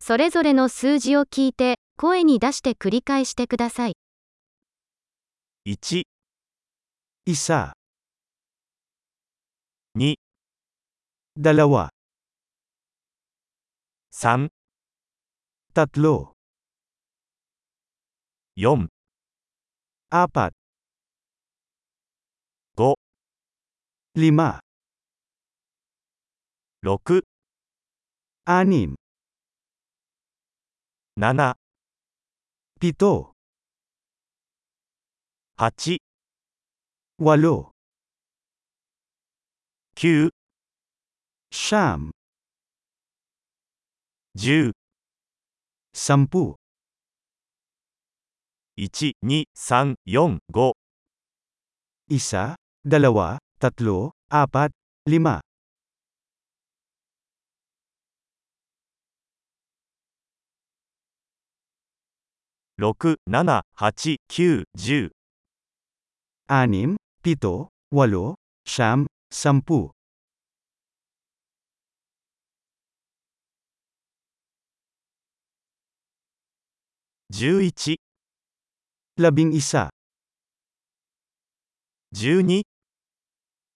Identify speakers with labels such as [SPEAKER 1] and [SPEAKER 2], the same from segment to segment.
[SPEAKER 1] それぞれの数字を聞いて、声に出して繰り返してください。
[SPEAKER 2] 1isa 2 dalawa 3 tatlo 4 apat 5 lima 6 anim 7 pito 8 walo 9 siyam 10 sampu 1 2 3 4 5 isa, dalawa, tatlo, apat, lima 6 7 8 9 10 anim, pito, walo, siyam, sampu. 11 labing isa 12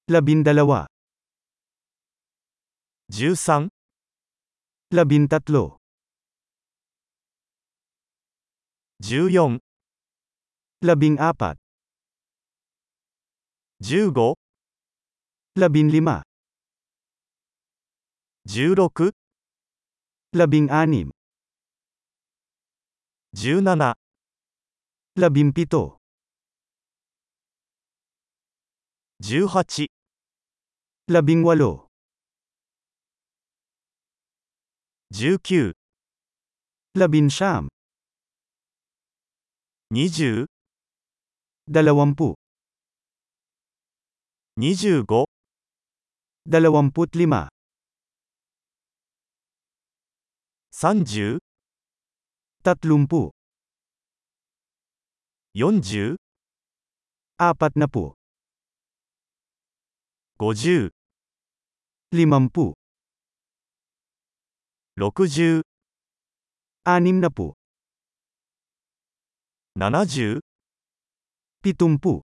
[SPEAKER 2] labindalawa 13 labintatlo 14 labing apat 15 labinlima 16 labing anim 17 labimpito 18 labing walo 19 labinsyam 20 dalawampu 25 dalawamput lima 30 tatlumpu 40 apat na po 50 limampu 60 anim na po 70 pitumpu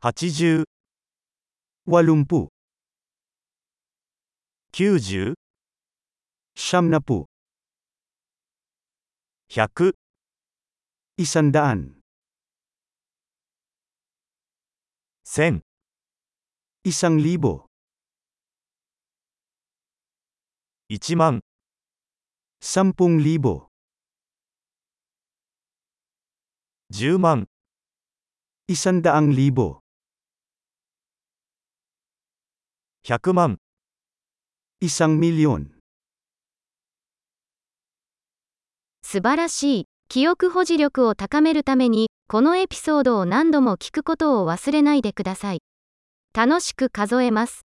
[SPEAKER 2] 80 walumpu 90 siyam na po 100 Isandaan. Sen. Isang libo. Ichiman. Sampung libo. Juman. Isandaang libo. Hyakuman. Isang milyon.
[SPEAKER 1] 素晴らしい。記憶保持力を高めるために、このエピソードを何度も聞くことを忘れないでください。楽しく数えます。